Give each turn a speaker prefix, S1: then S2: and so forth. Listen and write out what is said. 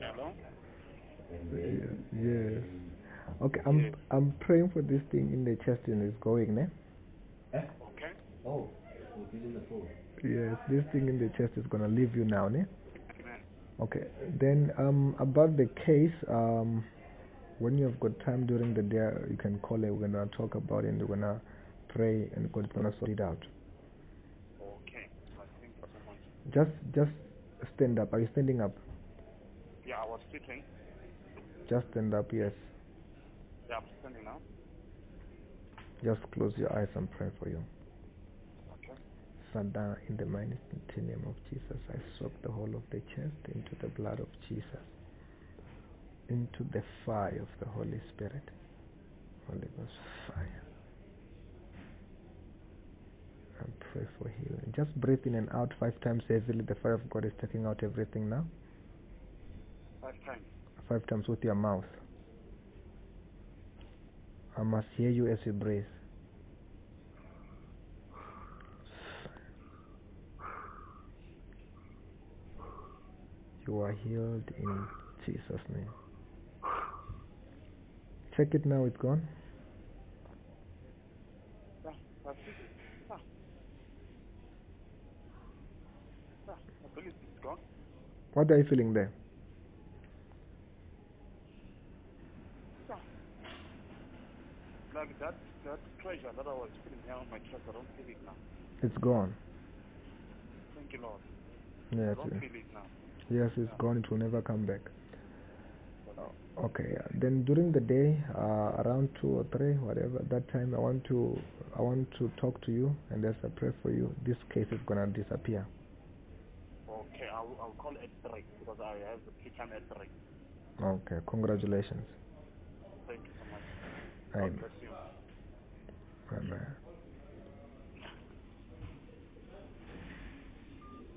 S1: Hello?
S2: Yes. yes. Okay, I'm
S1: Yeah.
S2: I'm praying for this thing in the chest and it's going, ne?
S1: Okay.
S3: Oh, we're feeding the food.
S2: Yes, this thing in the chest is gonna leave you now, ne?
S1: Amen.
S2: Okay. Then um about the case, um when you've got time during the day you can call it, we're gonna talk about it and we're gonna pray and God's gonna sort it out.
S1: Okay. Well, thank you so much.
S2: Just just stand up. Are you standing up?
S1: Yeah, I was sitting.
S2: Just stand up, yes.
S1: Yeah, I'm standing now.
S2: Just close your eyes and pray for you.
S1: Okay.
S2: Father, in the mighty name of Jesus, I soak the whole of the chest into the blood of Jesus, into the fire of the Holy Spirit. Holy Ghost fire. I pray for healing. Just breathe in and out five times heavily. The fire of God is taking out everything now.
S1: Five times.
S2: Five times with your mouth. I must hear you as you breathe. You are healed in Jesus' name. Check it now, it's gone.
S1: Yeah, that's it. Yeah. Yeah, I believe it's gone.
S2: What are you feeling there?
S1: Like that, that pressure that I was feeling here on my chest, I don't feel it now.
S2: It's gone.
S1: Thank you, Lord. I
S2: Yes,
S1: don't feel it now.
S2: yes, it's gone. It will never come back. Okay. Then during the day, uh, around two or three, whatever that time, I want to, I want to talk to you, and as I pray for you, this case is gonna disappear.
S1: Okay, I'll, I'll call at three because I have the free time at three.
S2: Okay. Congratulations.
S1: Thank you so much. God
S2: Amen.
S1: bless you.
S2: Amen.